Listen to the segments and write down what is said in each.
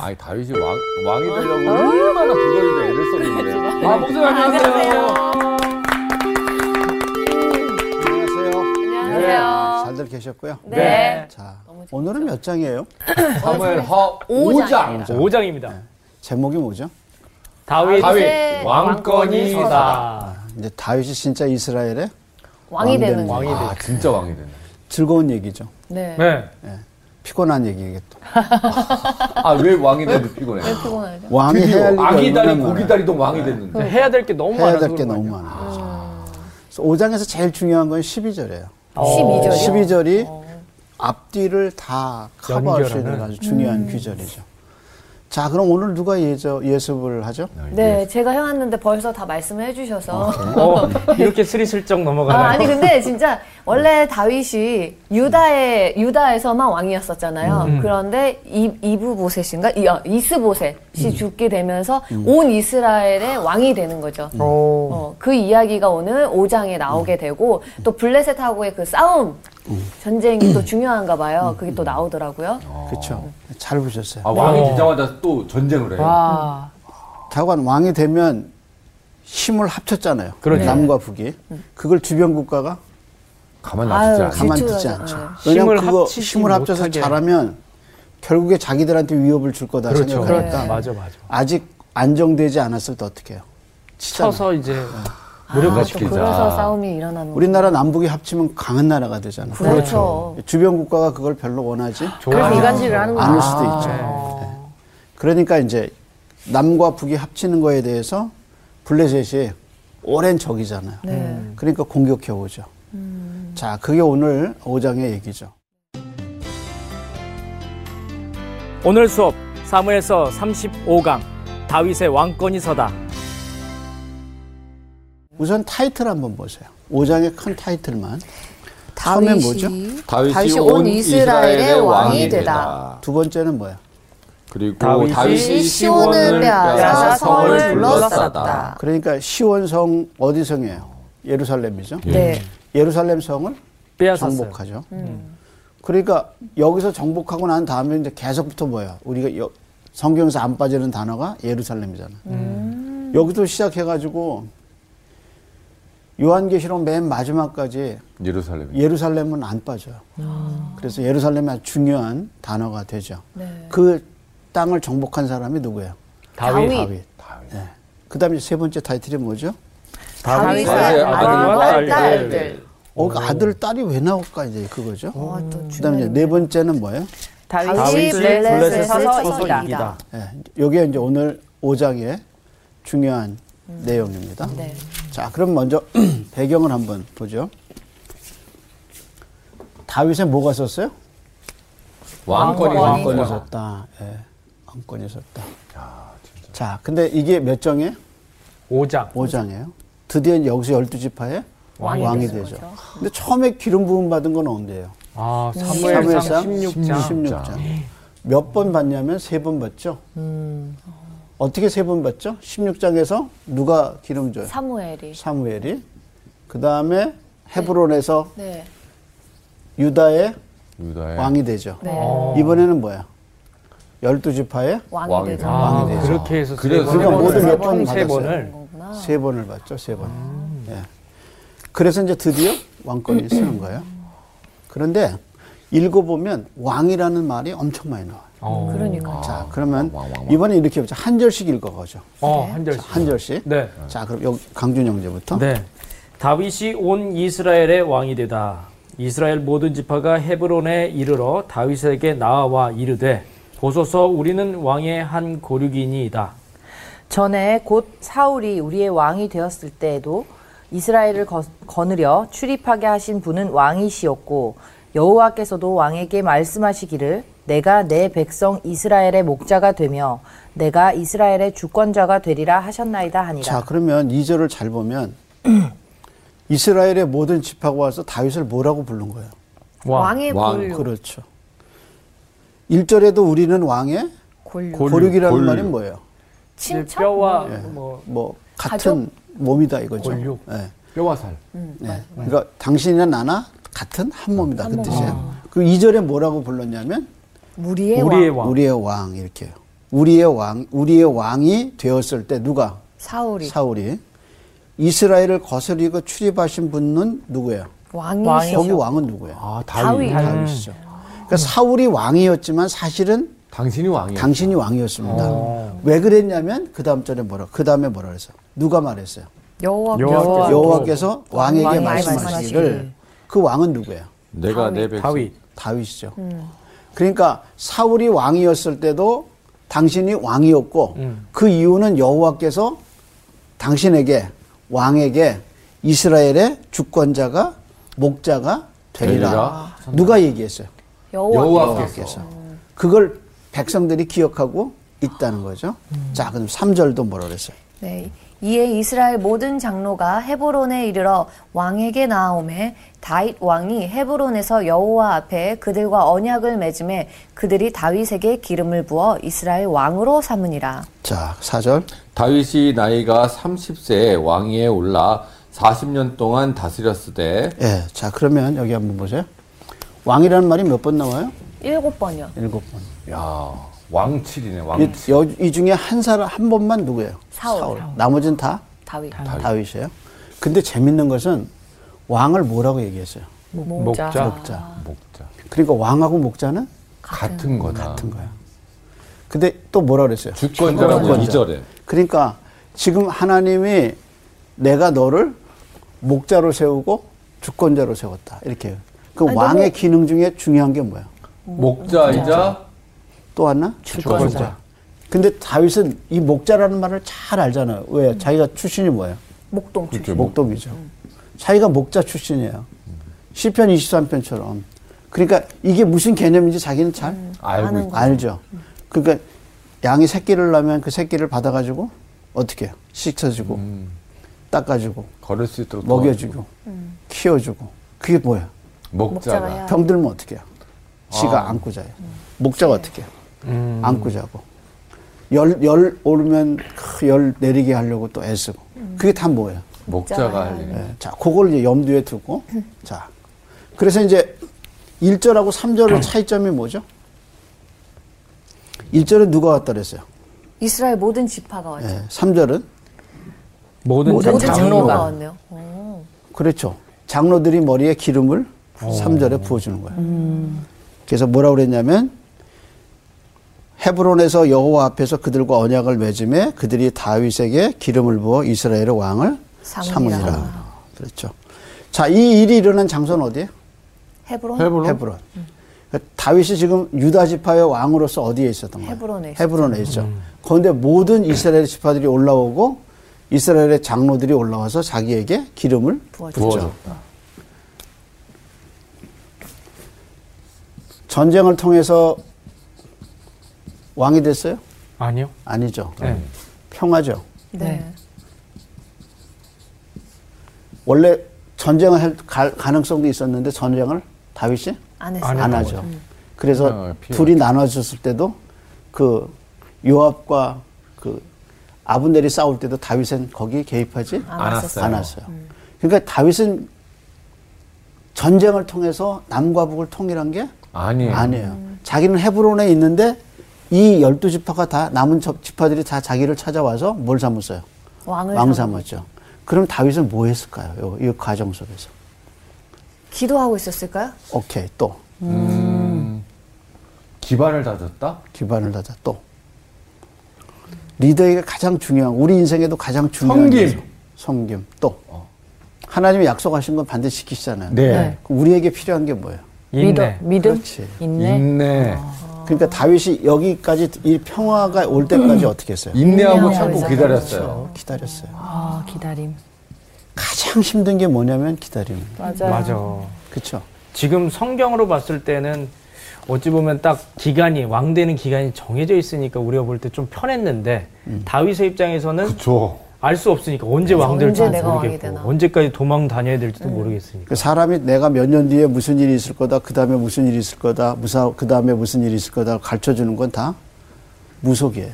아니 다윗이 왕, 왕이 되려고 얼마나 그걸도 애를 썼는데. 어? 아 목사님 안녕하세요. 어, 안녕하세요. 안녕하세요. 잘들 계셨고요. 네. 네. 자, 너무 재밌죠? 오늘은 몇 장이에요? 사무엘 허 오장. 5장. 5장입니다. 제목이 뭐죠? 다윗, 다윗 왕권이 서다. 서다. 이제 다윗이 진짜 이스라엘의 왕이 되는 거. 네. 왕이 왕이 아 진짜 왕이 되네. 즐거운 얘기죠. 네. 네. 피곤한 얘기겠죠. 아왜 왕이 되는데 피곤해. 피곤하죠. 왕이 해야 할 드디어 일이 아기 다리 얼마나 고기 많아요. 다리도 왕이 됐는데. 그러니까 해야 될 게 너무 해야 많아서 될 게 그런 거 너무 아니에요? 많아요. 그래서 5장에서 제일 중요한 건 12절이에요. 12절. 그래요? 어. 12절이 앞뒤를 다 커버할 수 있는 연결하는. 아주 중요한 음. 귀절이죠. 자, 그럼 오늘 누가 예저, 예습을 하죠? 아, 네, 제가 해왔는데 벌써 다 말씀을 해주셔서. 어, 이렇게 스리슬쩍 아, 넘어가나요? 아니 근데 진짜 원래 다윗이 유다의 유다에서만 왕이었었잖아요. 그런데 이, 이브보셋인가 이, 아, 이스보셋이 죽게 되면서 온 이스라엘의 왕이 되는 거죠. 어. 어, 그 이야기가 오늘 5장에 나오게 되고 또 블레셋하고의 그 싸움 전쟁이 또 중요한가 봐요. 그게 또 나오더라고요. 그렇죠. 음. 잘 보셨어요. 아 왕이 어. 되자마자 또 전쟁을 해요. 아. 와. 다관 왕이 되면 힘을 합쳤잖아요. 그렇죠. 남과 북이. 그걸 주변 국가가 가만 아유, 놔두지 않아. 가- 가만두지 질투하죠. 않죠. 네. 왜냐면 힘을 그거 합치지 힘을 합쳐서 못하게. 잘하면 결국에 자기들한테 위협을 줄 거다 그렇죠. 생각하니까 네. 맞아, 맞아. 아직 안정되지 않았을 때 어떻게 해요? 치잖아요. 쳐서 이제 아, 또 노력시키자. 그래서 싸움이 일어나는 거죠. 우리나라 남북이 합치면 강한 나라가 되잖아요. 그렇죠. 주변 국가가 그걸 별로 원하지 그래서 좋아하는 이간질을 하는 거죠. 않을 수도 있죠. 아. 그러니까 이제 남과 북이 합치는 거에 대해서 블레셋이 오랜 적이잖아요. 네. 그러니까 공격해 오죠. 자, 그게 오늘 5장의 얘기죠. 오늘 수업 사무엘서 35강 다윗의 왕권이 서다. 우선 타이틀 한번 보세요. 5장의 큰 타이틀만. 처음엔 뭐죠? 다윗이, 다윗이 온 이스라엘의 왕이 되다. 두 번째는 뭐야? 그리고 다윗이 네. 다윗이 시온을 빼앗아 성을 둘러쌌다. 그러니까 시원성 어디 성이에요? 예루살렘이죠. 네. 예루살렘 성을 빼앗았어요. 정복하죠. 그러니까 여기서 정복하고 난 다음에 이제 계속부터 뭐야? 우리가 여- 성경에서 안 빠지는 단어가 예루살렘이잖아. 여기서 시작해가지고 요한계시록 맨 마지막까지 예루살렘. 예루살렘은 안 빠져요. 그래서 예루살렘이 아주 중요한 단어가 되죠. 네. 그 땅을 정복한 사람이 누구예요? 다윗. 다윗. 다윗. 다윗. 네. 그 다음에 세 번째 타이틀이 뭐죠? 다윗의 다윗의 아들과 아들과 네, 딸들. 딸들. 어, 그 아들, 딸이 왜 나올까, 이제 그거죠. 와, 아, 또 그 다음에 이제 네 번째는 뭐예요? 다윗이 블레셋을 쳐서 이기다. 예, 요게 이제 오늘 5장의 중요한 내용입니다. 네. 자, 그럼 먼저 배경을 한번 보죠. 다윗에 뭐가 썼어요? 왕권이 왕권이 왕권이 섰다. 썼다. 예, 왕권이 썼다. 자, 근데 이게 몇 장이에요? 5장. 5장이에요. 드디어 여기서 12지파의 왕이, 되죠. 근데 처음에 기름 부음 받은 건 언제예요? 아, 사무엘상 사무엘상 16장. 16장. 몇 번 받냐면 세 번 받죠. 음. 어떻게 세 번 받죠? 16장에서 누가 기름 줘요? 사무엘이. 사무엘이. 그 다음에 헤브론에서 네. 유다의 유다의 왕이 되죠. 네. 이번에는 뭐야? 열두 지파의 왕이, 왕이 되죠. 되죠. 아, 왕이 되죠. 그렇게 해서 세 그래서 번을 모두 받았어요. 몇번 세 받았어요? 번을 거구나. 세 번을 받죠. 세 번. 예. 그래서 이제 드디어 왕권이 쓰는 거예요. 그런데 읽어보면 왕이라는 말이 엄청 많이 음. 나와요. 어. 그러니까. 자, 그러면 아, 왕, 왕, 왕, 왕. 이번에 이렇게 보자. 한 절씩 읽어가죠. 어, 한 자, 절씩. 한 절씩. 네. 자, 그럼 여기 강준 형제부터. 네. 다윗이 온 이스라엘의 왕이 되다. 이스라엘 모든 지파가 헤브론에 이르러 다윗에게 나와 이르되 보소서 우리는 왕의 한 고륙이니이다. 전에 곧 사울이 우리의 왕이 되었을 때에도 이스라엘을 거, 거느려 출입하게 하신 분은 왕이시었고 여호와께서도 왕에게 말씀하시기를 내가 내 백성 이스라엘의 목자가 되며 내가 이스라엘의 주권자가 되리라 하셨나이다 하니라. 자, 그러면 이절을잘 보면 이스라엘의 모든 집하고 와서 다윗을 뭐라고 부른 거예요? 왕의 왕. 골 그렇죠. 일절에도 우리는 왕의 골 고륙이라는 골육. 말이 뭐예요? 침척. 뼈와 뭐 뭐 같은 몸이다 이거죠. 골육. 예. 음, 뼈와 살. 네. 그러니까 당신이나 나나 같은 한 몸이다 어. 그 뜻이에요. 그이절에 뭐라고 불렀냐면 무리의 우리의 왕. 왕. 우리의 왕 이렇게요. 우리의 왕 우리의 왕이 되었을 때 누가 사울이 사울이 이스라엘을 거스리고 출입하신 분은 누구예요? 왕이시여. 거기 왕은 누구예요? 아, 다윗. 다윗. 다윗이죠. 음. 음. 그러니까 사울이 왕이었지만 사실은 당신이 예. 왕이야. 당신이 왕이었습니다. 어. 왜 그랬냐면 그 다음 절에 뭐라 그 다음에 뭐라 그랬어? 누가 말했어요? 여호와께서. 여호와께서 어, 그 왕에게 왕이 말씀하시기를 말씀하시기를. 그 왕은 누구예요? 내가 내 백성. 다윗. 다윗이죠. 그러니까 사울이 왕이었을 때도 당신이 왕이었고 그 이유는 여호와께서 당신에게 왕에게 이스라엘의 주권자가 목자가 되리라. 되리라. 누가 얘기했어요? 여호와께서. 그걸 백성들이 기억하고 있다는 거죠. 자, 그럼 3절도 뭐라 그랬어요? 네. 이에 이스라엘 모든 장로가 헤브론에 이르러 왕에게 나아오매 다윗 왕이 헤브론에서 여호와 앞에 그들과 언약을 맺음에 그들이 다윗에게 기름을 부어 이스라엘 왕으로 삼으니라. 자, 4절. 다윗이 나이가 30세에 왕위에 올라 40년 동안 다스렸으되 예. 자, 그러면 여기 한번 보세요. 왕이라는 말이 몇 번 나와요? 일곱 번이요. 일곱 번. 야 왕칠이네 이, 왕칠 여- 이 중에 한 사람 한 번만 누구예요? 사울. 나머지는 다 다윗. 다윗이에요. 근데 재밌는 것은 왕을 뭐라고 얘기했어요? 목자. 목자. 목자 그러니까 왕하고 목자는 같은 거다 같은 거야. 근데 또 뭐라 그랬어요? 주권자라고 주권자. 2절에 그러니까 지금 하나님이 내가 너를 목자로 세우고 주권자로 세웠다. 이렇게요. 그 아니, 왕의 너무- 기능 중에 중요한 게 뭐야? 목자이자 또 하나? 주권자. 근데 다윗은 이 목자라는 말을 잘 알잖아요. 왜? 자기가 출신이 뭐예요? 음. 목동 그렇죠, 출신. 목동이죠. 자기가 목자 출신이에요. 시편 23편처럼. 그러니까 이게 무슨 개념인지 자기는 잘 음, 알고 있 알죠. 그러니까 양이 새끼를 낳으면 그 새끼를 받아가지고 어떻게 해요? 씻어주고 음. 닦아주고 걸을 수 있도록 먹여주고 음. 키워주고 그게 뭐예요? 도와주고. 목자가 목자가요. 병들면 어떻게 해요? 지가 안고 자요. 목자가 어떻게 해요? 안고 자고. 열, 열 오르면 크, 열 내리게 하려고 또 애쓰고. 그게 다 뭐예요? 목자가 할 일이네 예, 자, 그걸 이제 염두에 두고. 자. 그래서 이제 1절하고 3절의 차이점이 뭐죠? 1절은 누가 왔다 그랬어요? 이스라엘 모든 지파가 왔죠. 예, 3절은? 모든 모든 장로가, 장로가. 왔네요. 어, 오. 그렇죠. 장로들이 머리에 기름을 3절에 부어주는 거예요. 음. 그래서 뭐라고 그랬냐면 헤브론에서 여호와 앞에서 그들과 언약을 맺음에 그들이 다윗에게 기름을 부어 이스라엘의 왕을 삼으리라. 삼으리라. 그렇죠. 자, 이 일이 일어난 장소는 어디예요? 헤브론? 헤브론. 그러니까 다윗이 지금 유다 지파의 왕으로서 어디에 있었던 거예요? 헤브론에 있었죠. 헤브론에 있죠. 음. 그런데 모든 이스라엘 지파들이 올라오고 이스라엘의 장로들이 올라와서 자기에게 기름을 부어주죠. 부었죠. 전쟁을 통해서 왕이 됐어요? 아니요. 아니죠. 네. 평화죠. 네. 원래 전쟁을 할 가, 가능성도 있었는데 전쟁을 다윗이 안 안 했어요. 안 하죠. 그래서 아, 피해. 둘이 나눠졌을 때도 그 요압과 그 아브넬이 싸울 때도 다윗은 거기 개입하지 안 왔어요. 음. 안 왔어요. 그러니까 다윗은 전쟁을 통해서 남과 북을 통일한 게 아니 아니에요. 자기는 헤브론에 있는데 이 열두 지파가 다 남은 저- 지파들이 다 자기를 찾아와서 뭘 삼았어요? 왕을 왕 삼- 삼았죠. 그럼 다윗은 뭐 했을까요? 요, 이 과정 속에서. 기도하고 있었을까요? 오케이 또 기반을 다졌다 기반을 다자 또 리더에게 가장 중요한 우리 인생에도 가장 중요한 섬김. 요소. 섬김 또 하나님이 약속하신 건 반드시 지키시잖아요. 네. 그럼 우리에게 필요한 게 뭐예요? 인내. 믿음? 그렇지. 네. 인내? 인내 그러니까 다윗이 여기까지 이 평화가 올 음. 때까지 어떻게 했어요? 인내하고 인내하고 참고 있었다. 기다렸어요 기다렸어요. 아, 기다림. 가장 힘든 게 뭐냐면 기다림. 맞아요. 맞아. 그렇죠. 지금 성경으로 봤을 때는 어찌 보면 딱 기간이 왕 되는 기간이 정해져 있으니까 우리가 볼 때 좀 편했는데 다윗의 입장에서는 그쵸 알 수 없으니까 언제 왕 네, 언제 될지 내가 왕이 모르겠고 되나. 음. 언제까지 도망 다녀야 될지도 모르겠으니까 그 사람이 내가 몇 년 뒤에 무슨 일이 있을 거다, 그 다음에 무슨 일이 있을 거다, 무사, 그 다음에 무슨 일이 있을 거다 가르쳐 주는 건 다 무속이에요.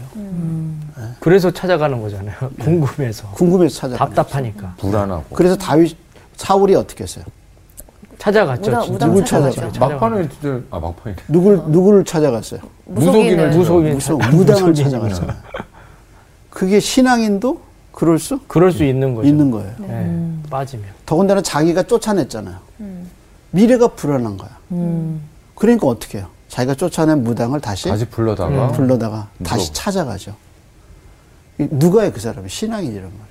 그래서 찾아가는 거잖아요 궁금해서 궁금해서 찾아가. 답답하니까 불안하고 그래서 다윗, 사울이 어떻게 했어요? 찾아갔죠. 무당- 진짜. 무당 찾아갔죠. 찾아갔죠. 막판에 진짜 아 막판이 누굴 누구를 찾아갔어요? 무속인을 무속인을 무속인 무슨 찾아- 무당을 예. 무속인. 찾아갔잖아요. 그게 신앙인도 그럴 수 그럴 수 있는 거죠. 있는 거예요. 예, 음. 빠지면. 더군다나 자기가 쫓아냈잖아요. 미래가 불안한 거야. 음. 그러니까 어떻게 해요? 자기가 쫓아낸 무당을 다시, 다시 불러다가 음. 불러다가 다시 무서워. 찾아가죠. 이 누가의 그 사람이 신앙인이란 말이에요.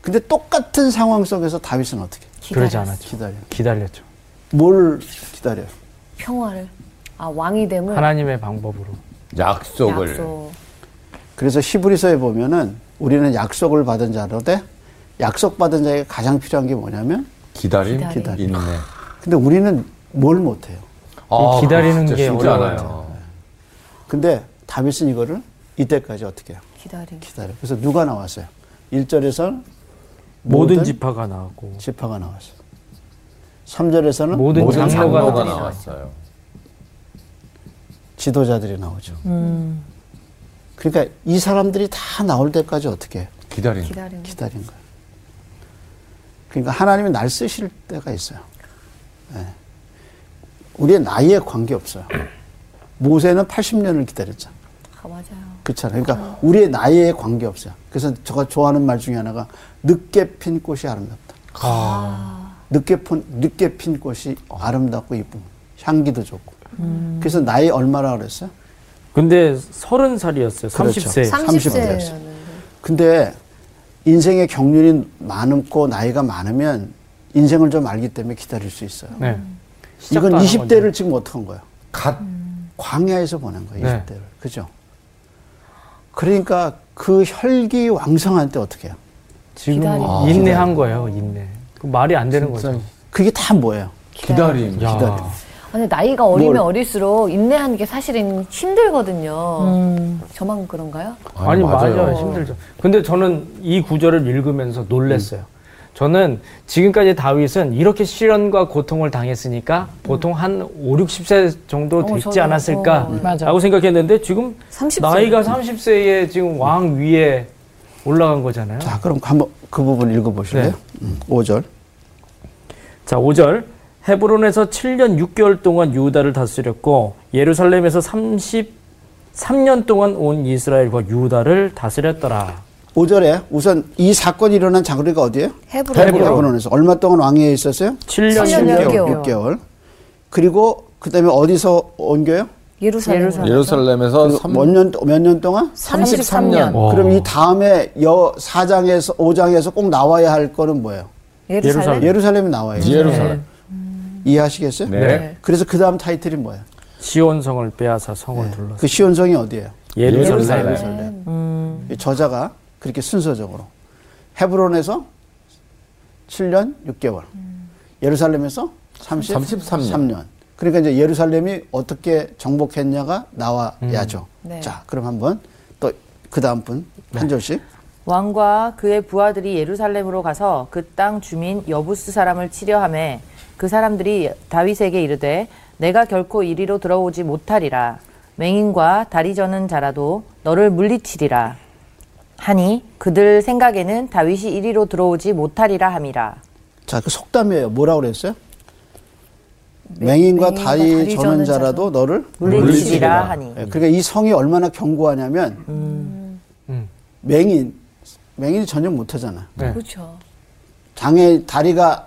근데 똑같은 상황 속에서 다윗은 어떻게 해요? 그러지 않았죠. 기다려. 기다렸죠. 뭘 기다려요? 평화를 아 왕이 됨을 하나님의 방법으로. 약속을 약속. 그래서 히브리서에 보면은 우리는 약속을 받은 자로되 약속 받은 자에게 가장 필요한 게 뭐냐면 기다림, 기다림. 인내. 근데 우리는 뭘 못해요. 아, 기다리는 그거 진짜 게 쉽지 어려워요. 않아요. 근데 다윗은 이거를 이때까지 어떻게 해요? 기다림. 기다려. 그래서 누가 나왔어요? 1절에서 모든, 지파가 나왔고 지파가 나왔어요. 3절에서는 모든 모든 장로가 어, 장로가 나왔어요. 나왔어요. 지도자들이 나오죠. 그러니까 이 사람들이 다 나올 때까지 어떻게 해요? 기다림. 기다림. 기다린 거예요. 그러니까 하나님이 날 쓰실 때가 있어요. 예. 우리의 나이에 관계없어요. 모세는 80년을 기다렸잖아. 아 맞아요. 그렇잖아요. 그러니까 우리의 나이에 관계없어요. 그래서 제가 좋아하는 말 중에 하나가 늦게 핀 꽃이 아름답다. 늦게, 핀, 늦게 핀 꽃이 아름답고 이쁨. 향기도 좋고. 그래서 나이 얼마라 그랬어요? 근데 서른 살이었어요. 그렇죠. 30세. 30 대였어요. 30세였는데. 네. 근데 인생의 경륜이 많고 나이가 많으면 인생을 좀 알기 때문에 기다릴 수 있어요. 네. 시작도 이건 안 한 20대를 지금 어떻게 한 거예요? 갓 광야에서 보낸 거예요, 네. 20대를. 그죠? 그러니까 그 혈기 왕성한 때 어떻게 해요? 지금 기다림. 아, 인내한 거예요. 인내. 그 말이 안 되는 진짜 거죠. 그게 다 뭐예요? 기다림. 야. 기다림. 아니 나이가 어리면 뭘. 어릴수록 인내하는 게 사실은 힘들거든요. 음. 저만 그런가요? 아니, 맞아요. 맞아요. 힘들죠. 근데 저는 이 구절을 읽으면서 놀랐어요. 저는 지금까지 다윗은 이렇게 시련과 고통을 당했으니까 보통 한 5, 60세 정도 어, 됐지 저도, 않았을까? 어. 맞아. 라고 생각했는데 지금 30세. 나이가 30세에 지금 왕 위에 올라간 거잖아요. 자, 그럼 한번 그 부분 읽어보실래요? 네. 음, 5절. 자, 5절. 헤브론에서 7년 6개월 동안 유다를 다스렸고 예루살렘에서 33년 동안 온 이스라엘과 유다를 다스렸더라. 5절에 우선 이 사건이 일어난 장르가 어디예요? 헤브론. 헤브론. 에서 얼마 동안 왕위에 있었어요? 7년 7년 6개월. 6개월. 6개월. 그리고 그다음에 어디서 옮겨요? 예루살렘. 예루살렘에서 삼- 몇년몇 년 동안? 33 년. 와. 그럼 이 다음에 여 4장에서 5장에서 꼭 나와야 할 거는 뭐예요? 예루살렘. 예루살렘이 나와요. 네. 예루살렘. 이해하시겠어요? 네. 그래서 그다음 타이틀이 뭐예요? 시온성을 빼앗아 성을 둘러 그 시온성이 어디예요? 예루살렘. 예루살렘. 예루살렘. 이 저자가 그렇게 순서적으로 헤브론에서 7년 6개월, 예루살렘에서 30, 33 년. 33년. 그러니까 이제 예루살렘이 어떻게 정복했냐가 나와야죠. 네. 자, 그럼 한번 또 그 다음 분 한 절씩. 왕과 그의 부하들이 예루살렘으로 가서 그 땅 주민 여부스 사람을 치려하매 그 사람들이 다윗에게 이르되 내가 결코 이리로 들어오지 못하리라 맹인과 다리 저는 자라도 너를 물리치리라 하니 그들 생각에는 다윗이 이리로 들어오지 못하리라 함이라 자, 그 속담이에요. 뭐라고 그랬어요? 맹인과 맹인과 다리 다리 저는 저는 자라도 너를 물리치리라 하니 예, 그러니까 이 성이 얼마나 견고하냐면 음. 맹인 맹인이 전혀 못하잖아. 네. 그렇죠. 장애 다리가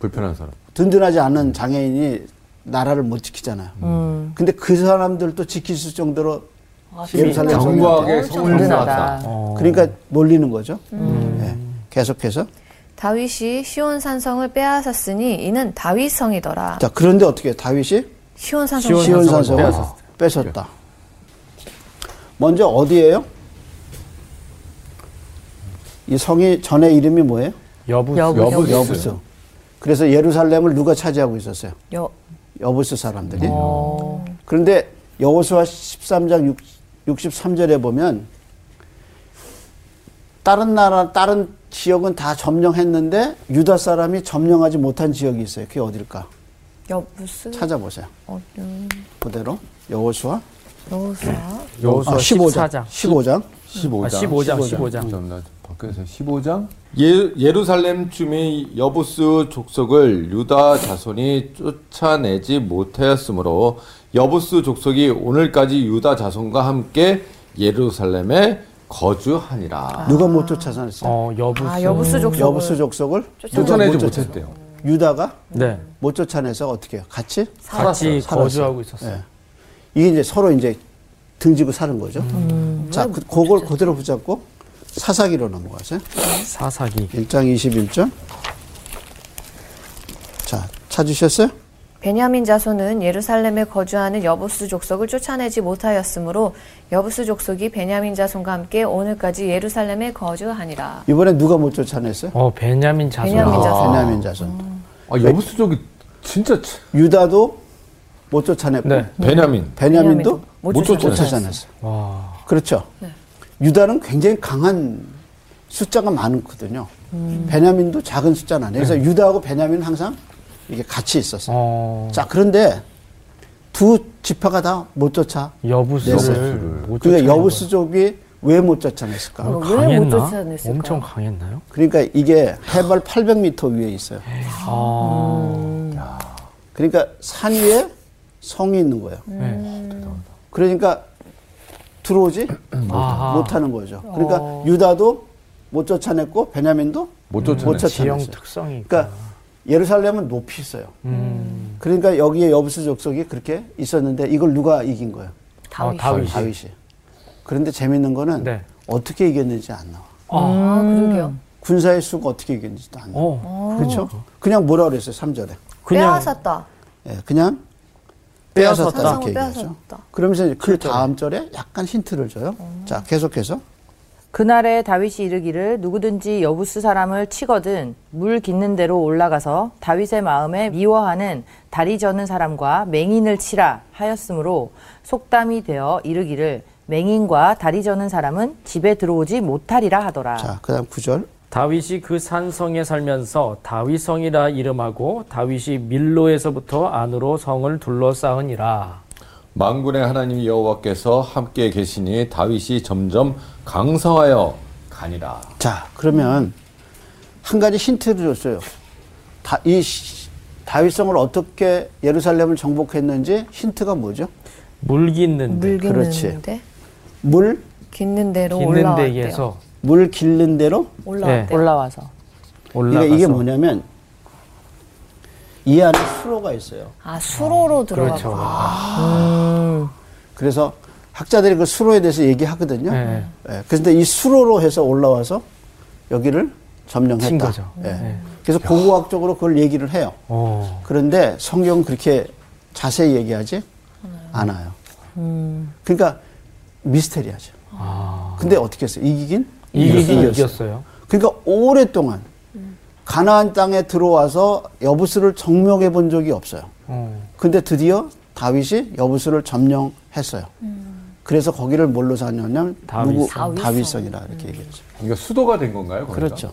불편한 사람. 든든하지 않은 장애인이 나라를 못 지키잖아요. 근데 그 사람들도 지킬 수 정도로 예루살렘 네. 성이 견고하게 어때요? 성을 쌓았다. 어. 그러니까 몰리는 거죠. 예, 계속해서 다윗이 시온 산성을 빼앗았으니 이는 다윗 성이더라. 자 그런데 어떻게 해요? 다윗이 시온 산성. 시온 시온 산성을 산성을 빼앗았어요. 뺏었다. 먼저 어디예요? 이 성이 전에 이름이 뭐예요? 여부 여부스. 여부스. 그래서 예루살렘을 누가 차지하고 있었어요? 여 여부스 사람들이. 그런데 여호수아 13장 63절에 보면 다른 나라 다른 지역은 다 점령했는데 유다 사람이 점령하지 못한 지역이 있어요. 그게 어딜까? 여부스. 찾아보세요. 어, 음, 그대로 여호수아 여호수아. 아, 15장. 15장. 아, 15장. 15장, 15장. 감사합니다. 밖에서 15장. 예, 예루살렘 쯤의 여부스 족속을 유다 자손이 쫓아내지 못하였으므로 여부스 족속이 오늘까지 유다 자손과 함께 예루살렘에 거주하니라. 누가 못 쫓아냈어요? 어, 여부수. 아, 여부수 족속을 여부스 족속을 쫓아내지 못 쫓- 못했대요. 유다가 네. 못 쫓아내서 어떻게 해요? 같이 살았어요. 같이 거주하고 있었어요. 예. 이게 이제 서로 이제 등지고 사는 거죠. 자, 그, 그걸 그대로 붙잡고 사사기로 넘어가세요. 사사기. 1장 21절. 자, 찾으셨어요? 베냐민 자손은 예루살렘에 거주하는 여부스 족속을 쫓아내지 못하였으므로 여부스 족속이 베냐민 자손과 함께 오늘까지 예루살렘에 거주하니라. 이번에 누가 못 쫓아냈어요? 어, 베냐민 자손. 베냐민 자손. 베냐민 자손. 음. 아, 여부스 족이 진짜 참- 유다도 못 쫓아냈고 네. 베냐민. 베냐민도 베냐민도 못 못 쫓아냈어요. 쫓아냈어요. 와. 그렇죠. 유다는 굉장히 강한 숫자가 많거든요. 음. 베냐민도 작은 숫자는 아니에요. 네. 그래서 유다하고 베냐민은 항상 이게 같이 있었어요. 어. 자, 그런데 두 지파가 다 못 쫓아. 여부수를 예, 못 그러니까 쫓아낸 여부수족이 왜 못 쫓아냈을까? 거예요. 어, 왜못 강했나? 쫓아냈을까요? 엄청 강했나요? 그러니까 이게 해발 800m 위에 있어요. 아. 그러니까 산 위에 성이 있는 거예요. 음. 네. 그러니까 들어오지 아하. 못하는 거죠. 그러니까 유다도 못 쫓아냈고 베냐민도 못 쫓아냈어요. 지형 쫓아냈어요. 특성이. 그러니까 예루살렘은 높이 있어요. 음. 그러니까 여기에 여부수 족속이 그렇게 있었는데 이걸 누가 이긴 거예요? 다윗이. 아, 다윗이. 다윗이. 그런데 재밌는 거는 네. 어떻게 이겼는지 안 나와. 아. 아, 그러게요. 군사의 수가 어떻게 이겼는지도 안 나와. 아. 어. 그렇죠? 그냥 뭐라 그랬어요? 3절에. 예, 빼앗았다. 그냥 빼앗았다. 빼앗았다 이렇게 사상을 얘기하죠. 빼앗았다. 그러면서 이제 그 다음 절에 약간 힌트를 줘요. 자, 계속해서 그날에 다윗이 이르기를 누구든지 여부스 사람을 치거든 물 깃는 대로 올라가서 다윗의 마음에 미워하는 다리 저는 사람과 맹인을 치라 하였으므로 속담이 되어 이르기를 맹인과 다리 저는 사람은 집에 들어오지 못하리라 하더라. 자, 그다음 구절 다윗이 그 산성에 살면서 다윗성이라 이름하고 다윗이 밀로에서부터 안으로 성을 둘러싸으니라. 만군의 하나님 여호와께서 함께 계시니 다윗이 점점 강성하여 가니라. 자, 그러면 한 가지 힌트를 줬어요. 다, 이 시- 다윗성을 어떻게 예루살렘을 정복했는지 힌트가 뭐죠? 물깃는데 그렇지. 물기는데 물, 깃는 대로 깃는 올라왔대요. 데에서 예. 물 길는 대로 올라왔대요. 네. 올라와서 올라가서 그러니까 이게 뭐냐면 이 안에 수로가 있어요. 아 수로로 들어가고. 그렇죠. 그래서 학자들이 그 수로에 대해서 얘기하거든요. 네. 예, 그런데 이 수로로 해서 올라와서 여기를 점령했다. 친 거죠. 네. 예. 그래서 고고학적으로 그걸 얘기를 해요. 어. 그런데 성경은 그렇게 자세히 얘기하지 않아요. 그러니까 미스테리하죠. 근데 어떻게 했어요? 이기긴? 이기긴 이겼어요. 그러니까 오랫동안 가나안 땅에 들어와서 여부스를 정명해 본 적이 없어요. 어. 근데 드디어 다윗이 여부스를 점령했어요. 그래서 거기를 뭘로 사냐면 다윗성. 다윗성. 다윗성이라 이렇게 얘기했죠. 이거 그러니까 수도가 된 건가요? 거기가? 그렇죠.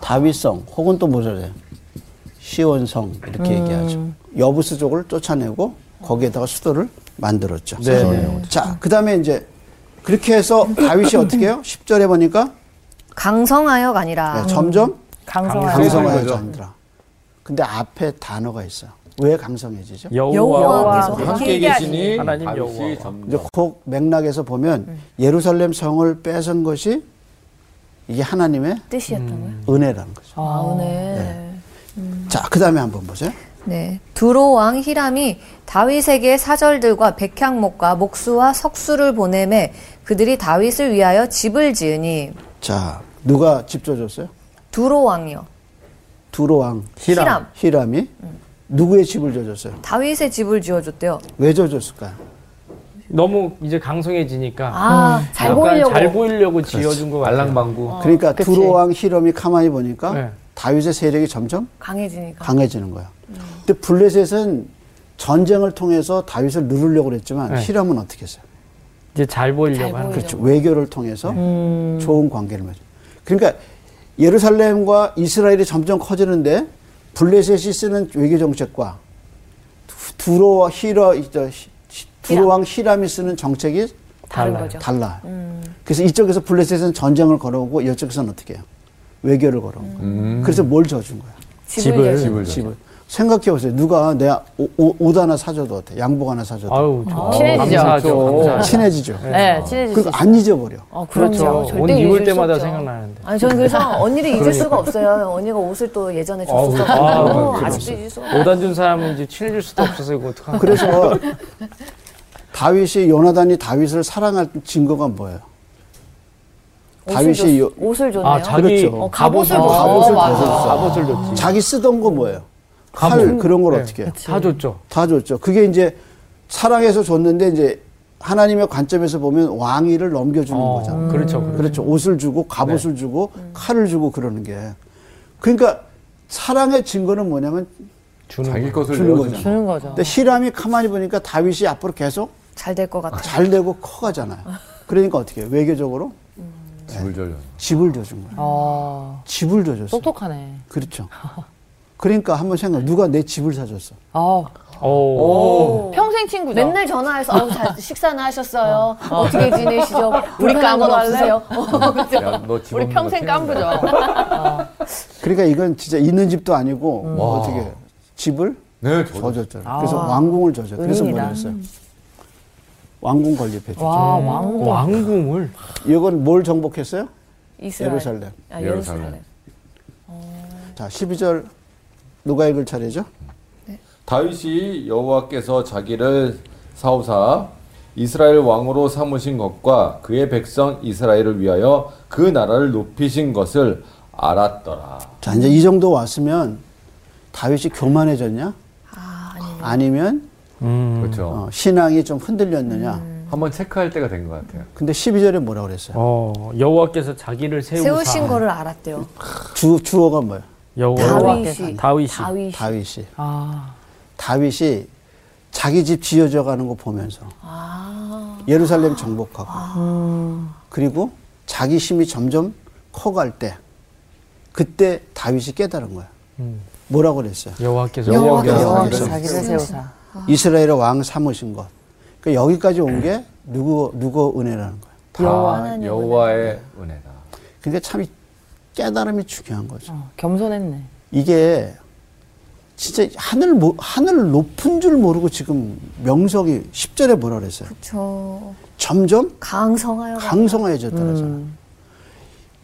다윗성 혹은 또 뭐라 그래요? 시온성 이렇게 얘기하죠. 여부스 족을 쫓아내고 거기에다가 수도를 만들었죠. 네. 자, 그다음에 이제 그렇게 해서 다윗이 어떻게 해요? 10절에 보니까 강성하역 아니라 네, 점점 강성하여 강성. 강성하여지 거죠. 않더라. 근데 앞에 단어가 있어요. 왜 강성해지죠? 여호와 여호와께서 아, 함께 계시니 하나님 다윗이 여호와와. 이제 점점 그 맥락에서 보면 예루살렘 성을 뺏은 것이 이게 하나님의 음. 뜻이었던 거예요. 은혜라는 거죠. 아, 오늘. 자, 그 다음에 한번 보세요. 네. 두로 왕 히람이 다윗에게 사절들과 백향목과 목수와 석수를 보내매 그들이 다윗을 위하여 집을 지으니 자, 누가 집 줘줬어요? 두로 왕이요. 두로 왕 히람. 히람이 누구의 집을 줘줬어요? 다윗의 집을 지어줬대요. 왜 줘줬을까요? 너무 이제 강성해지니까 아, 잘 음. 약간 보이려고. 잘 보이려고 지어준 거 같아요. 알랑방구. 그러니까 그치. 두로 왕 히람이 가만히 보니까 네. 다윗의 세력이 점점 강해지니까. 강해지는 거야. 근데 블레셋은 전쟁을 통해서 다윗을 누르려고 그랬지만 네. 히람은 어떻게 했어요? 이제 잘 보이려고 잘 하는 거죠. 보이려고. 그렇죠. 외교를 통해서 좋은 관계를 맺어. 그러니까 예루살렘과 이스라엘이 점점 커지는데 블레셋이 쓰는 외교 정책과 두- 두로와 히라 저 히- 히- 두로왕 히람이 쓰는 정책이 다른 달라요. 거죠. 달라. 요 그래서 이쪽에서 블레셋은 전쟁을 걸어오고 이쪽에서는 어떻게 해요? 외교를 걸어온 거예요. 음. 그래서 뭘 져준 거야? 집을. 집을 집을 집을 집을. 생각해 보세요. 누가 내 옷, 옷 하나 사줘도 어때? 양복 하나 사줘도. 아유, 좋아. 친해지죠. 감사하죠. 감사하죠. 친해지죠. 네, 친해지시죠. 그거 안 잊어버려. 어, 그럼요. 그렇죠. 절대 옷 잊을 입을 수 때마다 없죠. 생각나는데. 아니 저는 그래서 언니를 잊을 수가 없어요. 언니가 옷을 또 예전에 아우, 줬었어가지고 아우, 아직도 잊을 수가 없어요. 오단 준 사람은 이제 친해질 수도 없어서 이거 어떡하나. 그래서 다윗이 요나단이 다윗을 사랑할 증거가 뭐예요? 옷을, 다윗이 줬, 요- 옷을 줬네요. 아, 자기 그렇죠. 어, 갑옷을 줬- 줬어. 갑옷을 맞아. 줬어. 갑옷을 줬지. 자기 쓰던 거 뭐예요? 갑옷. 칼 그런 걸 네. 어떻게 해요? 다 줬죠. 다 줬죠. 그게 이제 사랑해서 줬는데 이제 하나님의 관점에서 보면 왕위를 넘겨주는 어, 거잖아요. 그렇죠, 네. 그렇죠. 그렇죠. 옷을 주고 갑옷을 주고 음. 칼을 주고 그러는 게. 그러니까 사랑의 증거는 뭐냐면 주는 자기 것을 주는 내어주는 거죠. 거. 주는 거죠. 근데 히람이 가만히 보니까 다윗이 앞으로 계속 잘 될 것 같아요. 잘 되고 커가잖아요. 그러니까 어떻게 해요? 외교적으로 집을 져요. 집을 줘준 거예요. 어, 집을 줘줬어요. 똑똑하네. 그렇죠. 그러니까 한번 생각. 누가 내 집을 사줬어? 어, 오. 평생 친구죠. 맨날 전화해서 아우 잘 식사나 하셨어요. 어. 떻게 지내시죠? 우리 까먹어 할래요. 야, 너 집은 뭐 우리 그 평생 너 팀이다. 깐부죠. 그러니까 이건 진짜 있는 집도 아니고 음. 뭐 와. 어떻게 해요? 집을 네, 저도. 져줬죠. 아. 그래서 왕궁을 져줬죠. 그래서 의미다. 뭐랬어요? 왕궁 건립해줬죠. 와, 왕. 왕궁을. 이건 뭘 정복했어요? 네. 이스라엘. 예루살렘. 아, 예루살렘. 예루살렘. 자, 12절 누가 읽을 차례죠? 다윗이 여호와께서 자기를 사우사 이스라엘 왕으로 삼으신 것과 그의 백성 이스라엘을 위하여 그 나라를 높이신 것을 알았더라. 자, 이제 이 정도 왔으면 다윗이 교만해졌냐? 아, 아니면 그렇죠. 어, 신앙이 좀 흔들렸느냐? 음. 한번 체크할 때가 된 것 같아요. 근데 12절에 뭐라 그랬어요? 어, 여호와께서 자기를 세우사. 세우신 거를 알았대요. 주, 주어가 뭐예요? 여호와. 다윗이. 다윗이. 다윗이. 다윗이. 아, 다윗이 자기 집 지어져 가는 거 보면서 아. 예루살렘 정복하고 그리고 자기 힘이 점점 커갈 때 그때 다윗이 깨달은 거야. 뭐라고 그랬어요? 여호와께서. 여호와께서 여호와께서 그래서. 자기를 세우사. 아. 이스라엘의 왕 삼으신 것. 그러니까 여기까지 온 게 누구 누구 은혜라는 거야. 다 여호와의 은혜다. 그러니까 참이 깨달음이 중요한 거죠. 어, 겸손했네. 이게 진짜 하늘 모- 하늘 높은 줄 모르고 지금 명석이 10절에 뭐라 그랬어요? 저 점점 강성하여 강성해졌다라잖아.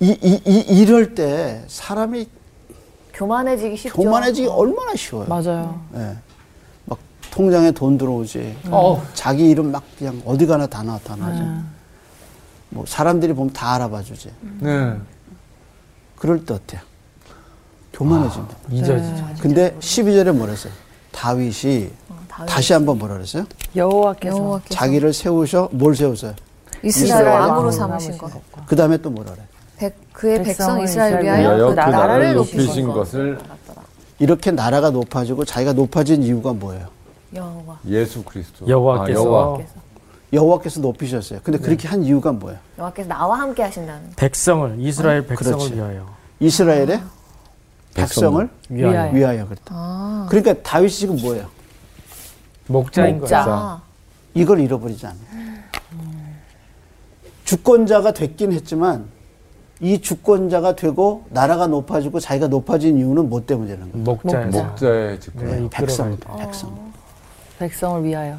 이, 이, 이, 이럴 때 사람이 교만해지기 쉽죠. 어. 교만해지기 얼마나 쉬워요. 맞아요. 예. 막 통장에 돈 들어오지. 자기 이름 막 그냥 어디 가나 다 나타나지. 뭐 사람들이 보면 다 알아봐 주지. 네. 그럴 때 어때요? 교만해진다. 아. 잊어지죠. 근데 12절에 뭐랬어요? 다윗이 어, 아, 네. 다윗. 다시 한번 뭐라 그랬어요? 여호와께서 여호와께서 자기를 세우셔, 뭘 세우세요? 이스라엘 이스라엘 왕으로 왕으로 삼으신 것. 아. 그 다음에 또 뭐라 그래? 백- 그의 백성 백성을 이스라엘 이스라엘 위하여 위하여 그 나라를 높이신 높이신 것. 것을 이렇게 나라가 높아지고 자기가 높아진 이유가 뭐예요? 여호와. 예수 그리스도. 여호와께서. 아, 여호와. 여호와께서 높이셨어요. 근데 네. 그렇게 한 이유가 뭐예요? 여호와께서 나와 함께 하신다는. 백성을 이스라엘 백성을 그렇지. 위하여. 이스라엘의 백성을 위하여. 아. 위하여 그랬다. 그러니까 다윗이 지금 뭐예요? 목자인 거예요. 아, 이걸 잃어버리지 않아요. 주권자가 됐긴 했지만 이 주권자가 되고 나라가 높아지고 자기가 높아진 이유는 뭐 때문이라는 거예요? 목자에서. 목자의 직분. 네, 백성, 이끌어가야 백성. 백성을 위하여.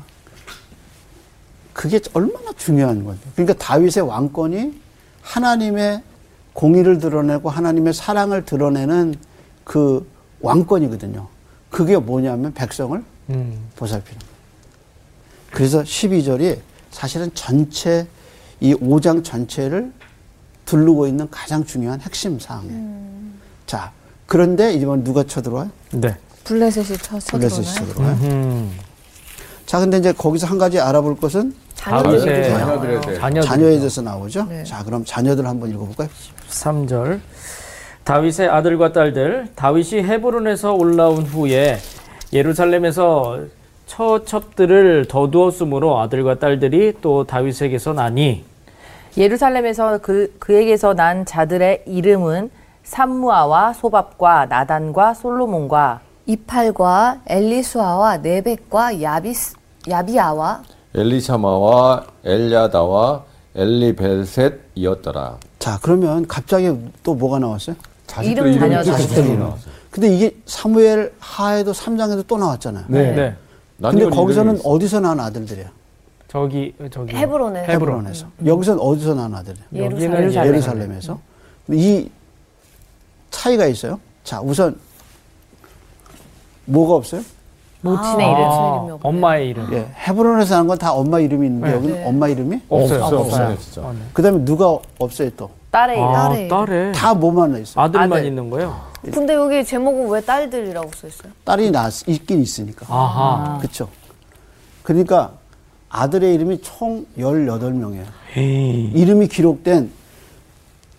그게 얼마나 중요한 건데. 그러니까 다윗의 왕권이 하나님의 공의를 드러내고 하나님의 사랑을 드러내는 그 왕권이거든요. 그게 뭐냐면 백성을 음. 보살피는 거예요. 그래서 12절이 사실은 전체 이 5장 전체를 둘르고 있는 가장 중요한 핵심 사항이에요. 음. 자, 그런데 이번 누가 쳐들어와요? 네. 블레셋이 쳐- 쳐들어오나요? 블레셋이 들어와요. 음. 자, 근데 이제 거기서 한 가지 알아볼 것은 자녀들이 네. 다윗의 네. 들어와요. 자녀들에 대해 자녀들. 자녀에 대해서 나오죠. 네. 자, 그럼 자녀들 한번 읽어볼까요? 3절 다윗의 아들과 딸들 다윗이 헤브론에서 올라온 후에 예루살렘에서 처첩들을 더두었으므로 아들과 딸들이 또 다윗에게서 나니 예루살렘에서 그, 그에게서 난 자들의 이름은 산무아와 소밥과 나단과 솔로몬과 이팔과 엘리수아와 네벡과 야비스 야비아와 엘리샤마와 엘야다와 엘리벨셋이었더라. 자, 그러면 갑자기 또 뭐가 나왔어요? 자식들 이름 이름이 자녀 자식들 자식들. 이름이 나왔어요. 근데 이게 사무엘 하에도 3장에도 또 나왔잖아요. 네. 난 근데 이건 거기서는 이름이 있어. 어디서 난 아들들이야? 저기 저기 네. 헤브론에 헤브론. 에서 여기서는 어디서 난 아들이야? 여기는 예루살렘. 예루살렘에서. 근데 이 차이가 있어요. 자, 우선 뭐가 없어요? 모친의 이름. 이름이 없네. 아, 엄마의 이름. 예, 헤브론에서 난 건 다 엄마 이름이 네. 있는데 여기는 엄마 이름이 없어요. 없어요. 없어요. 없어요. 아, 진짜. 그다음에 누가 없어요 또? 딸의 이름. 아, 딸의 딸에 다 뭐만 있어? 요 아들만 아들. 있는 거예요. 근데 여기 제목은 왜 딸들이라고 써 있어요? 딸이 낳 있긴 있으니까. 아하. 그렇죠. 그러니까 아들의 이름이 총 18명이에요. 에이. 이름이 기록된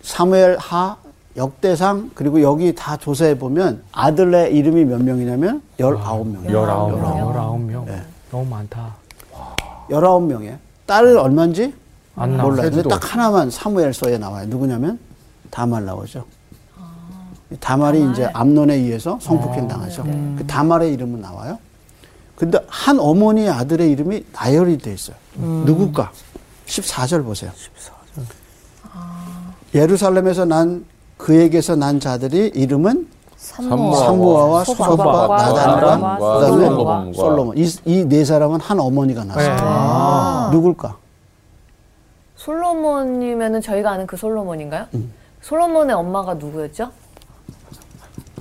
사무엘 하 역대상 그리고 여기 다 조사해 보면 아들의 이름이 몇 명이냐면 19명이에요. 19명. 19명. 너무 많다. 19명이에요. 딸은 얼마인지 안 나와요. 몰라요. 근데 세지도 딱 하나만 사무엘서에 나와요. 누구냐면 다말 나오죠. 이 다말이 이제 암론에 의해서 성폭행 당하죠. 그 다말의 이름은 나와요. 근데 한 어머니 아들의 이름이 나열이 돼 있어요. 누굴까? 14절 아. 보세요. 예루살렘에서 난 그에게서 난 자들이 이름은 삼모아와 사무아와 소바와 뭐, 소바와 나단과 나단과 그다음에 솔로몬과 솔로몬 이 네 사람은 한 어머니가 낳았어요. 네. 누굴까? 솔로몬이면은 저희가 아는 그 솔로몬인가요? 솔로몬의 엄마가 누구였죠?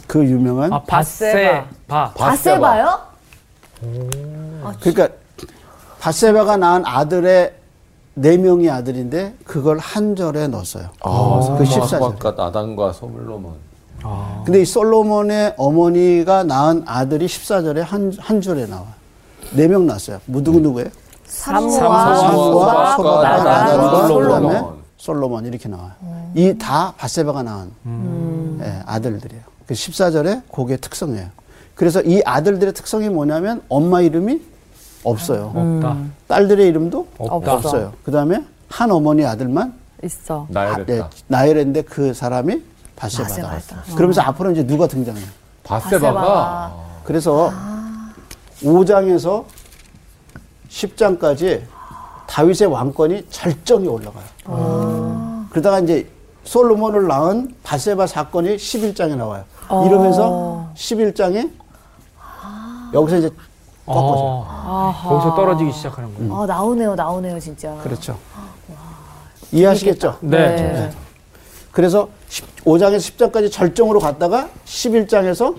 그 유명한 아, 바세. 바. 바세바요? 그러니까 바세바가 낳은 아들의 네 명이 아들인데 그걸 한 절에 넣었어요. 그 14절. 아까 아, 나단과 소물로만. 아. 근데 이 솔로몬의 어머니가 낳은 아들이 14절에 한, 한 줄에 나와요. 네 명 낳았어요. 뭐 누구 누구예요? 삼모아, 소바, 사무와 소바다 나단, 나단과 솔로몬. 솔로몬 솔로몬 이렇게 나와요. 이 다 바세바가 낳은 예, 아들들이에요. 그 14절에 그게 특성이에요. 그래서 이 아들들의 특성이 뭐냐면 엄마 이름이 없어요. 없다. 딸들의 이름도 없다. 없어요. 그 다음에 한 어머니 아들만 있어. 아, 네, 나열했다. 나열했는데 그 사람이 바세바다. 그러면서 앞으로 이제 누가 등장해요? 바세바가 아, 그래서 5장에서 10장까지 다윗의 왕권이 절정이 올라가요. 그러다가 이제 솔로몬을 낳은 바세바 사건이 11장에 나와요. 이러면서 11장에 여기서 이제 꺾어져요. 아, 거기서 떨어지기 시작하는 거예요. 아 나오네요, 나오네요 진짜. 그렇죠. 이해하시겠죠? 네. 그래서 5장에서 10장까지 절정으로 갔다가 11장에서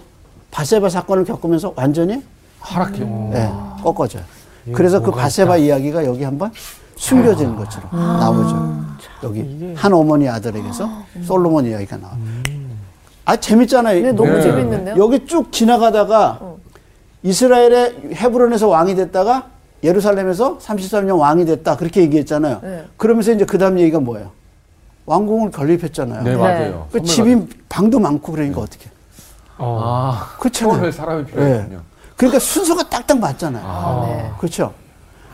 바세바 사건을 겪으면서 완전히 하락해. 예, 꺾어져요. 그래서 그 바세바 이야기가 여기 한번 아. 숨겨지는 것처럼 나오죠. 여기 한 어머니 아들에게서 솔로몬 이야기가 나와요. 아 재밌잖아요. 근데 너무 음. 네. 재밌는데요? 여기 쭉 지나가다가 이스라엘의 헤브론에서 왕이 됐다가 예루살렘에서 33년 왕이 됐다 그렇게 얘기했잖아요. 네. 그러면서 이제 그다음 얘기가 뭐예요? 왕궁을 건립했잖아요. 네, 맞아요. 그 집이 방도 많고 그러니까 어떻게? 어. 아, 그렇잖아요. 서울 사람이 예. 필요했군요. 그러니까 순서가 딱딱 맞잖아요. 아, 네. 그렇죠.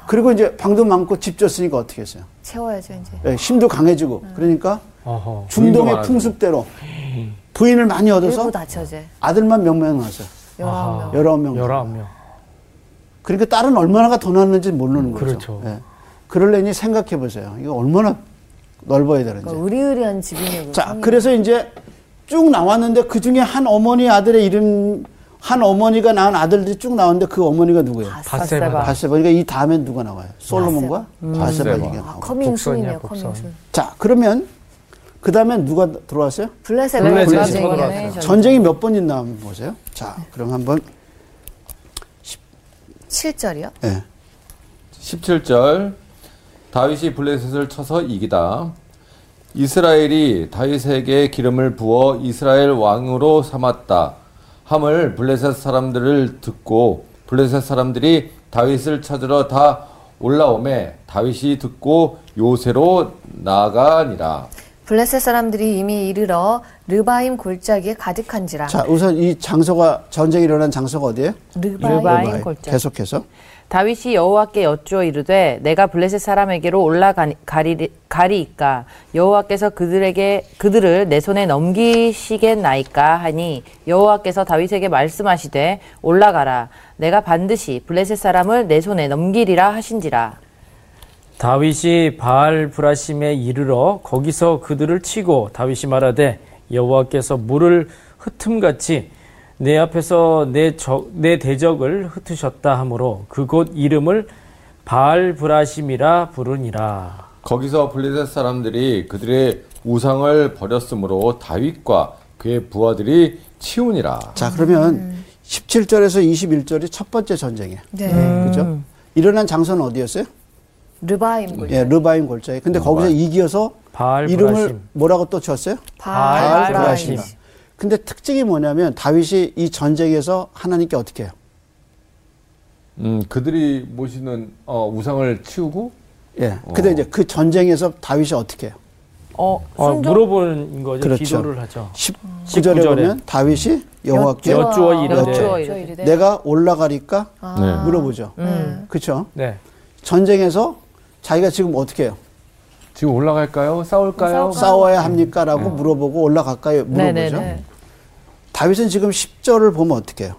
그리고 이제 방도 많고 집 줬으니까 어떻게 했어요? 채워야죠 이제. 예, 힘도 강해지고 음. 그러니까 어허. 중동의 많아지고. 풍습대로 부인을 많이 얻어서 일부 다처제 아들만 몇 명 낳았어요. 열아홉 명. 19명. 19명. 그러니까 딸은 얼마나가 더 낳는지 모르는 거죠. 그렇죠. 예. 그러려니 생각해 보세요. 이거 얼마나 넓어야 되는지. 그러니까 의리의리한 집이네요. 자, 그래서 이제 쭉 나왔는데 그 중에 한 어머니 아들의 이름, 한 어머니가 낳은 아들들이 쭉 나왔는데 그 어머니가 누구예요? 바세바. 바세바. 그러니까 이 다음엔 누가 나와요? 솔로몬과 바세바 음. 아, 바세바. 얘기가 나와요. 아, 커밍순이네요, 복선이야, 복선. 커밍순. 자, 그러면 그 다음에 누가 들어왔어요? 블레셋 블레셋 전쟁이네, 전쟁. 전쟁. 전쟁이 몇 번 있나 한번 보세요. 자, 그럼 한번 7절이요? 예. 17절 다윗이 블레셋을 쳐서 이기다 이스라엘이 다윗에게 기름을 부어 이스라엘 왕으로 삼았다 함을 블레셋 사람들을 듣고 블레셋 사람들이 다윗을 찾으러 다 올라오매 다윗이 듣고 요새로 나가니라 블레셋 사람들이 이미 이르러 르바임 골짜기에 가득한지라. 자, 우선 이 장소가 전쟁이 일어난 장소가 어디예요? 르바임. 르바임. 아, 로마예요. 골짜기. 계속해서 다윗이 여호와께 여쭈어 이르되 내가 블레셋 사람에게로 올라가리이까 여호와께서 그들에게 그들을 내 손에 넘기시겠나이까 하니 여호와께서 다윗에게 말씀하시되 올라가라 내가 반드시 블레셋 사람을 내 손에 넘기리라 하신지라 다윗이 바알 브라심에 이르러 거기서 그들을 치고 다윗이 말하되 여호와께서 물을 흩음같이 내 앞에서 내, 적, 내 대적을 흩으셨다 하므로 그곳 이름을 바알 브라심이라 부르니라. 거기서 블레셋 사람들이 그들의 우상을 버렸으므로 다윗과 그의 부하들이 치우니라. 자, 그러면 17절에서 21절이 첫 번째 전쟁이야. 네. 그죠? 일어난 장소는 어디였어요? 르바임 골. 예, 르바임 골짜기. 근데 거기서 이겨서 바알 이름을 브라심. 뭐라고 또 지었어요? 아, 바알 브라시마. 근데 특징이 뭐냐면 다윗이 이 전쟁에서 하나님께 어떻게 해요? 음, 그들이 모시는 어, 우상을 치우고 예. 근데 이제 그 전쟁에서 다윗이 어떻게 해요? 어, 어, 순종- 물어보는 거죠. 그렇죠. 기도를 하죠. 19절에 19절에 보면 다윗이 여호와께 여쭈어 이르되. 여쭈어 네. 이르되. 내가 올라가리까 아. 네. 물어보죠. 음. 그렇죠? 네. 전쟁에서 자기가 지금 어떻게 해요? 지금 올라갈까요? 싸울까요? 싸워야 합니까라고 물어보고 올라갈까요? 물어보죠. 음. 네네네. 다윗은 지금 10절을 보면 어떻게 해요?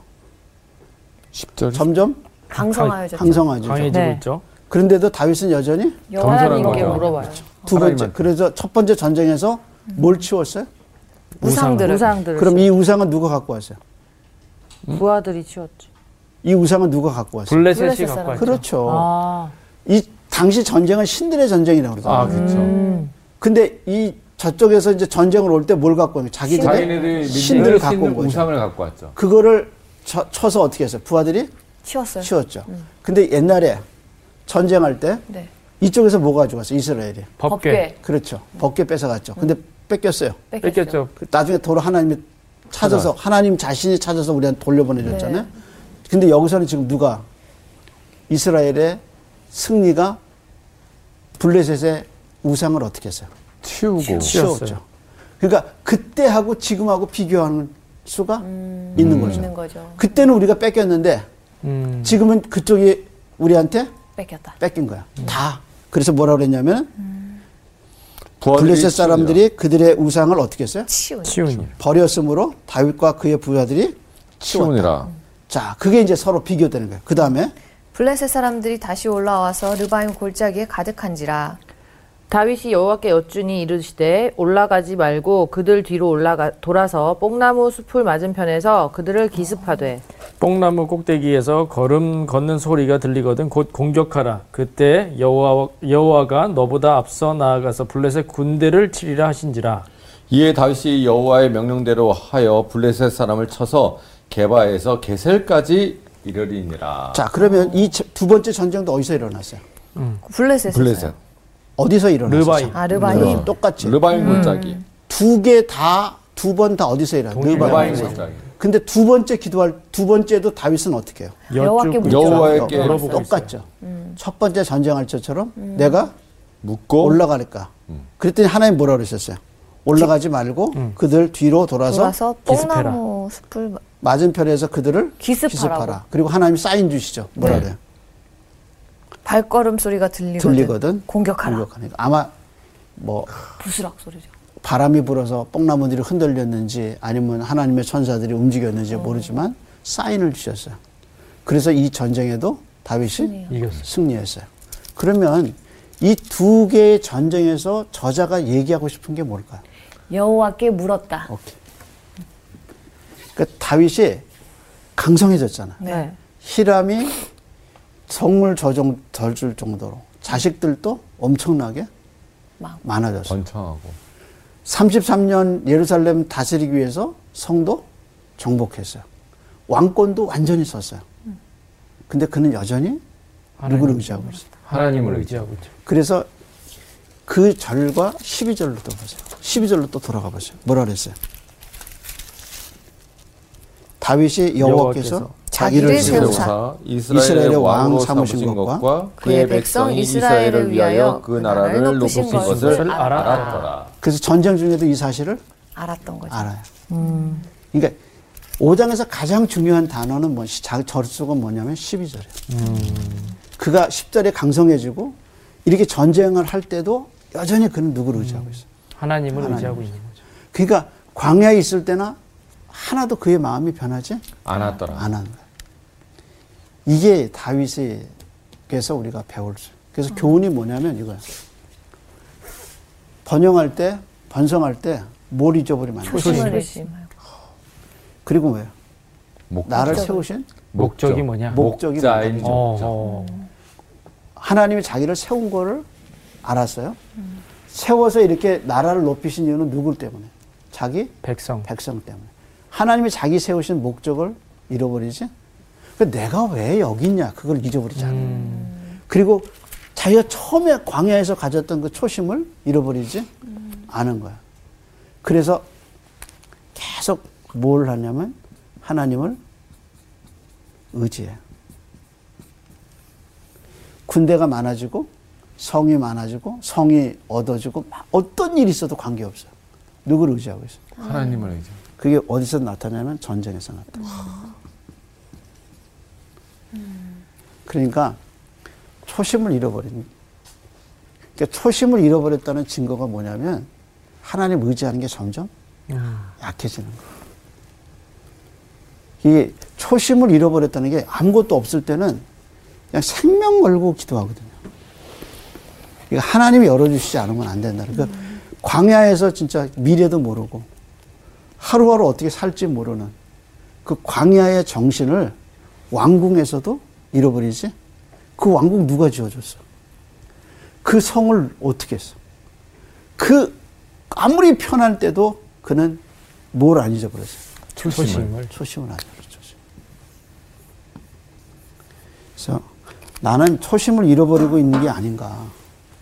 10절. 점점 강성하여졌죠. 항성하죠. 강해지고 네. 있죠. 그런데도 다윗은 여전히 경솔한 하나님께 거죠. 물어봐요. 두 번째 하나님한테. 그래서 첫 번째 전쟁에서 뭘 치웠어요? 우상들을. 우상들을 그럼 이 우상은 누가 갖고 왔어요? 부하들이 치웠죠. 이 우상은 누가 갖고 왔어요? 블레셋이 블레셋 갖고 사람. 왔죠. 그렇죠. 아, 이 당시 전쟁은 신들의 전쟁이라고 그러잖아요. 아, 그렇죠. 음. 근데 이 저쪽에서 이제 전쟁을 올 때 뭘 갖고 오는 자기들 자기네들이 신들을 믿는 갖고 신 온 거죠. 우상을 갖고 왔죠. 그거를 쳐, 쳐서 어떻게 했어요? 부하들이 치웠어요. 치웠죠. 근데 옛날에 전쟁할 때 네. 이쪽에서 뭐 가져갔어? 이스라엘이. 법궤. 그렇죠. 벗게 뺏어갔죠. 근데 뺏겼어요. 뺏겼죠. 뺏겼죠. 그 나중에 도로 하나님이 찾아서 하나님 자신이 찾아서 우리한테 돌려보내줬잖아요. 근데 여기서는 지금 누가 이스라엘의 승리가 블레셋의 우상을 어떻게 했어요? 치우고. 치웠어요. 치웠죠. 그러니까 그때하고 지금하고 비교하는 수가 있는 거죠. 있는 거죠. 그때는 우리가 뺏겼는데 음. 지금은 그쪽이 우리한테 뺏겼다. 뺏긴 거야. 다. 그래서 뭐라 그랬냐면 부하들이 치우니라. 블레셋 사람들이 그들의 우상을 어떻게 했어요? 치운. 치운이. 버렸으므로 다윗과 그의 부하들이 치우니라. 자, 그게 이제 서로 비교되는 거예요. 그 다음에 블레셋 사람들이 다시 올라와서 르바임 골짜기에 가득한지라. 다윗이 여호와께 여쭈니 이르시되 올라가지 말고 그들 뒤로 올라가 돌아서 뽕나무 숲을 맞은편에서 그들을 기습하되 뽕나무 꼭대기에서 걸음 걷는 소리가 들리거든 곧 공격하라. 그때 여호와 여호와가 너보다 앞서 나아가서 블레셋 군대를 치리라 하신지라. 이에 다윗이 여호와의 명령대로 하여 블레셋 사람을 쳐서 개바에서 게셀까지 이르리니라. 자, 그러면 이 두 번째 전쟁도 어디서 일어났어요? 블레셋. 블레셋. 어디서 일어났어요? 르바임. 아 르바임. 르바임. 똑같이 르바인 골짜기. 두 개 다 두 번 다 어디서 일어났어요? 르바인 르바임. 골짜기. 근데 두 번째 기도할 두 번째도 다윗은 어떻게 해요? 여호와께 여쭈고 여호와에게 물어보고 똑같죠. 음. 첫 번째 전쟁할 때처럼 내가 묻고 올라갈까? 음. 그랬더니 하나님 뭐라 그러셨어요? 올라가지 말고 그들 뒤로 돌아서, 돌아서 기습해라. 뽕나무 숲을 마- 맞은편에서 그들을 기습하라고. 네. 그리고 하나님 사인 주시죠. 뭐라 그래요? 발걸음 소리가 들리거든. 들리거든. 공격하라. 공격하니까. 아마 뭐 부스락 소리죠. 바람이 불어서 뽕나무들이 흔들렸는지 아니면 하나님의 천사들이 움직였는지 어. 모르지만 사인을 주셨어요. 그래서 이 전쟁에도 다윗이 이겼어요. 승리했어요. 그러면 이 두 개의 전쟁에서 저자가 얘기하고 싶은 게 뭘까요? 여호와께 물었다. 오케이. 그러니까 다윗이 강성해졌잖아. 네. 히람이 성물 저정 덜줄 정도로 자식들도 엄청나게 막. 많아졌어. 번창하고 33년 예루살렘 다스리기 위해서 성도 정복했어요. 왕권도 완전히 썼어요. 근데 그는 여전히 누구를 의지하고 있어요. 하나님을 의지. 의지하고 있죠. 그래서 그 절과 12절로 또 보세요. 12절로 또 돌아가 보세요. 뭐라 그랬어요? 다윗이 여호와께서 여호와께서 자기를 자기를 세우사 세우사 세우사 이스라엘의 왕으로 삼으신 것과 그의 백성 이스라엘을 위하여 그 나라를 높으신 것을 알았더라. 그래서 전쟁 중에도 이 사실을 알았던 거죠. 알아요. 그러니까 5장에서 가장 중요한 단어는 뭐 시- 자- 절수가 뭐냐면 12절이에요. 음. 그가 10절에 강성해지고 이렇게 전쟁을 할 때도 여전히 그는 누구를 의지하고 있어요. 하나님을 의지하고 있는 거죠. 그러니까 광야에 있을 때나 하나도 그의 마음이 변하지 안았더라. 않았는 거예요. 이게 다윗에게서 우리가 배울 수 그래서 교훈이 뭐냐면 이거야. 번영할 때, 번성할 때 뭘 잊어버리면 안 돼. 초심을 잃지 말고. 그리고 뭐예요? 목, 나를 세우신 목적이 뭐냐? 목적이 목자인 뭐냐? 어, 목적. 어. 하나님이 자기를 세운 거를 알았어요. 세워서 이렇게 나라를 높이신 이유는 누굴 때문에? 자기 백성. 백성 때문에. 하나님이 자기 세우신 목적을 잃어버리지? 그 내가 왜 여기 있냐? 그걸 잊어버리지 않아요. 음. 그리고 자기가 처음에 광야에서 가졌던 그 초심을 잃어버리지 않은 거야. 그래서 계속 뭘 하냐면 하나님을 의지해. 군대가 많아지고 성이 많아지고 성이 얻어지고 막 어떤 일이 있어도 관계없어요. 누구를 의지하고 있어? 하나님을 의지. 그게 어디서 나타나냐면 전쟁에서 나타나. 그러니까 초심을 잃어버린. 그러니까 초심을 잃어버렸다는 증거가 뭐냐면 하나님 의지하는 게 점점 음. 약해지는 거예요. 이 초심을 잃어버렸다는 게 아무것도 없을 때는 그냥 생명 걸고 기도하거든요. 이거 하나님이 열어주시지 않으면 안 된다. 그러니까 광야에서 진짜 미래도 모르고 하루하루 어떻게 살지 모르는 그 광야의 정신을 왕궁에서도 잃어버리지? 그 왕궁 누가 지어줬어? 그 성을 어떻게 했어? 그 아무리 편할 때도 그는 뭘 안 잊어버렸어? 초심을. 초심을 안 잃어버렸죠. 그래서 나는 초심을 잃어버리고 있는 게 아닌가.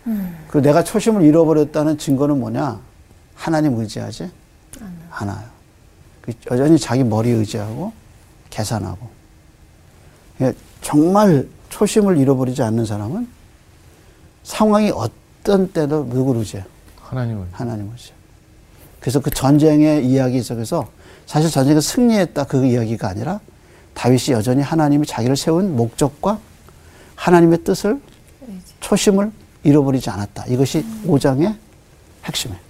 그리고 내가 초심을 잃어버렸다는 증거는 뭐냐? 하나님 의지하지 않아요. 그 여전히 자기 머리 의지하고 계산하고. 그러니까 정말 초심을 잃어버리지 않는 사람은 상황이 어떤 때도 누구를 의지해요? 하나님을. 하나님 의지. 그래서 그 전쟁의 이야기 속에서 사실 전쟁에 승리했다 그 이야기가 아니라 다윗이 여전히 하나님이 자기를 세운 목적과 하나님의 뜻을 초심을 잃어버리지 않았다. 이것이 5장의 핵심이에요.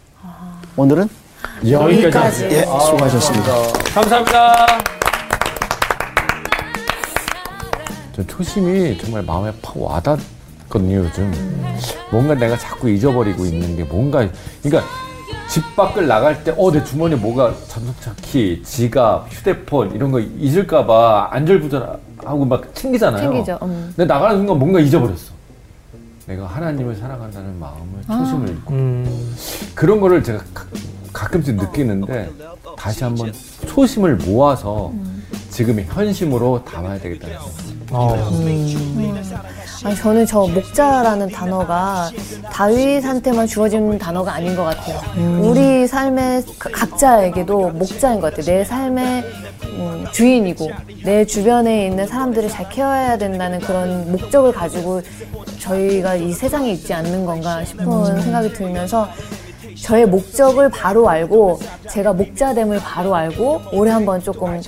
오늘은 여기까지. 예, 수고하셨습니다. 감사합니다. 저 초심이 정말 마음에 팍 와닿거든요 요즘 뭔가 내가 자꾸 잊어버리고 있는 게 뭔가 그러니까 집 밖을 나갈 때 어 내 주머니에 뭐가 전동차 키 지갑 휴대폰 이런 거 잊을까봐 안절부절하고 막 챙기잖아요 챙기죠, 음. 근데 나가는 순간 뭔가 잊어버렸어 내가 하나님을 사랑한다는 마음을 아. 초심을 잃고 음, 그런 거를 제가 가, 가끔씩 느끼는데 다시 한번 초심을 모아서 음. 지금의 현심으로 담아야 되겠다는 생각 어. 아니, 저는 저 목자라는 단어가 다윗한테만 주어진 단어가 아닌 것 같아요. 우리 삶의 가- 각자에게도 목자인 것 같아요. 내 삶의 음, 주인이고 내 주변에 있는 사람들을 잘 케어해야 된다는 그런 목적을 가지고 저희가 이 세상에 있지 않는 건가 싶은 생각이 들면서 저의 목적을 바로 알고 제가 목자됨을 바로 알고 올해 한번 조금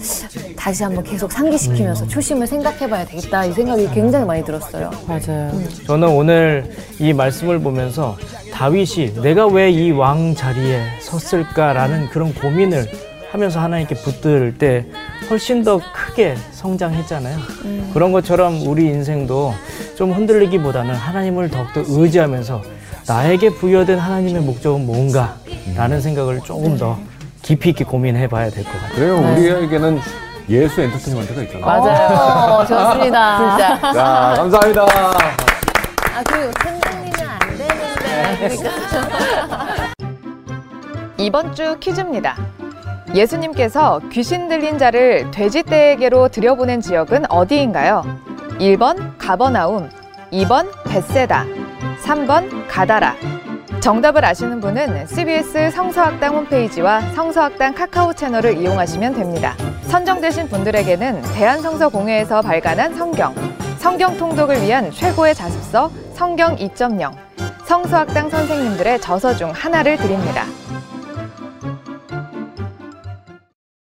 다시 한번 계속 상기시키면서 초심을 생각해봐야 되겠다 이 생각이 굉장히 많이 들었어요. 맞아요. 저는 오늘 이 말씀을 보면서 다윗이 내가 왜 이 왕 자리에 섰을까라는 그런 고민을 하면서 하나님께 붙들 때 훨씬 더 크게 성장했잖아요. 음. 그런 것처럼 우리 인생도 좀 흔들리기보다는 하나님을 더욱더 의지하면서 나에게 부여된 하나님의 목적은 뭔가라는 생각을 조금 더 깊이 있게 고민해 봐야 될 것 같아요. 그래요 우리에게는 예수 엔터테인먼트가 있잖아요 맞아요. 좋습니다. 진짜. 자 감사합니다 아, 그리고 팬분이면 안 되는데. 그러니까. 이번 주 퀴즈입니다. 예수님께서 귀신 들린 자를 돼지떼에게로 들여보낸 지역은 어디인가요? 1번 가버나움, 2번 벳세다, 3번 가다라. 정답을 아시는 분은 CBS 성서학당 홈페이지와 성서학당 카카오 채널을 이용하시면 됩니다. 선정되신 분들에게는 대한성서공회에서 발간한 성경, 성경 통독을 위한 최고의 자습서 성경 2.0, 성서학당 선생님들의 저서 중 하나를 드립니다.